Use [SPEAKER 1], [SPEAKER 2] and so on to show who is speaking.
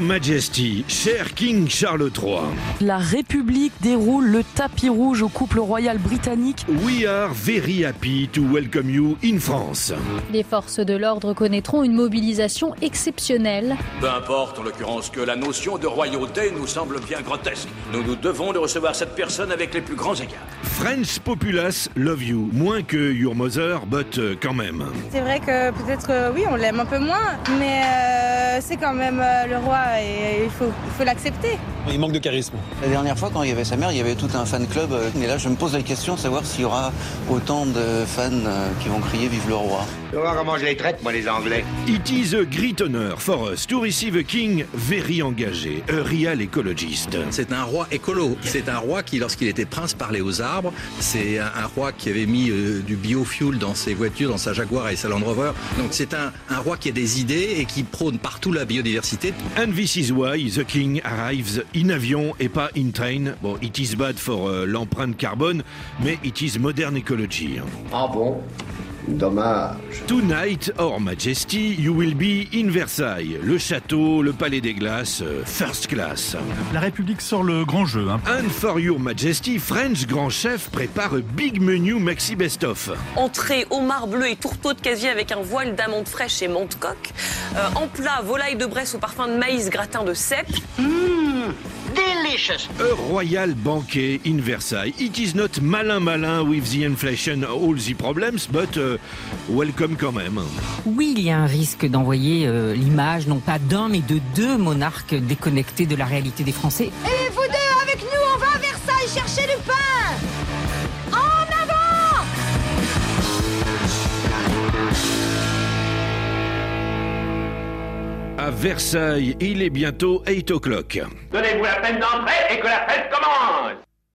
[SPEAKER 1] Majesty, cher King Charles III.
[SPEAKER 2] La République déroule le tapis rouge au couple royal britannique.
[SPEAKER 1] We are very happy to welcome you in France.
[SPEAKER 3] Les forces de l'ordre connaîtront une mobilisation exceptionnelle.
[SPEAKER 4] Peu importe en l'occurrence que la notion de royauté nous semble bien grotesque. Nous nous devons de recevoir cette personne avec les plus grands égards.
[SPEAKER 1] French populace love you. Moins que your mother, but euh, quand même.
[SPEAKER 5] C'est vrai que peut-être euh, oui, on l'aime un peu moins, mais euh, c'est quand même euh, le roi et il faut, il faut l'accepter.
[SPEAKER 6] Il manque de charisme.
[SPEAKER 7] La dernière fois, quand il y avait sa mère, il y avait tout un fan club. euh, Mais là, je me pose la question de savoir s'il y aura autant de fans euh, qui vont crier Vive le roi.
[SPEAKER 8] Tu vas voir comment je les traite, moi, les Anglais.
[SPEAKER 1] It is a great honor for us to receive a king very engagé, a real ecologist.
[SPEAKER 9] C'est un roi écolo. C'est un roi qui, lorsqu'il était prince, parlait aux arbres. C'est un, un roi qui avait mis euh, du biofuel dans ses voitures, dans sa Jaguar et sa Land Rover. Donc c'est un, un roi qui a des idées et qui prône partout la biodiversité.
[SPEAKER 1] And this is why the king arrives in avion et pas in train. Bon, it is bad for euh, l'empreinte carbone, mais it is modern ecology.
[SPEAKER 8] Ah bon Dommage.
[SPEAKER 1] Tonight, Our Majesty, you will be in Versailles, le château, le palais des glaces, euh, first class.
[SPEAKER 10] La République sort le grand jeu. hein.
[SPEAKER 1] And for your Majesty, French grand chef prépare a big menu maxi best-of.
[SPEAKER 11] Entrée, homard bleu et tourteau de casier avec un voile d'amande fraîche et menthe coque. Euh, en plat, volaille de Bresse au parfum de maïs gratin de cèpe.
[SPEAKER 8] Delicious.
[SPEAKER 1] A royal banquet in Versailles. It is not malin malin with the inflation all the problems, but euh, welcome quand même.
[SPEAKER 12] Oui, il y a un risque d'envoyer euh, l'image, non pas d'un, mais de deux monarques déconnectés de la réalité des Français.
[SPEAKER 5] Et vous deux avec nous, on va à Versailles chercher du pain En avant
[SPEAKER 1] À Versailles, il est bientôt 8 o'clock.
[SPEAKER 4] Donnez-vous la peine d'entrer et que la fête commence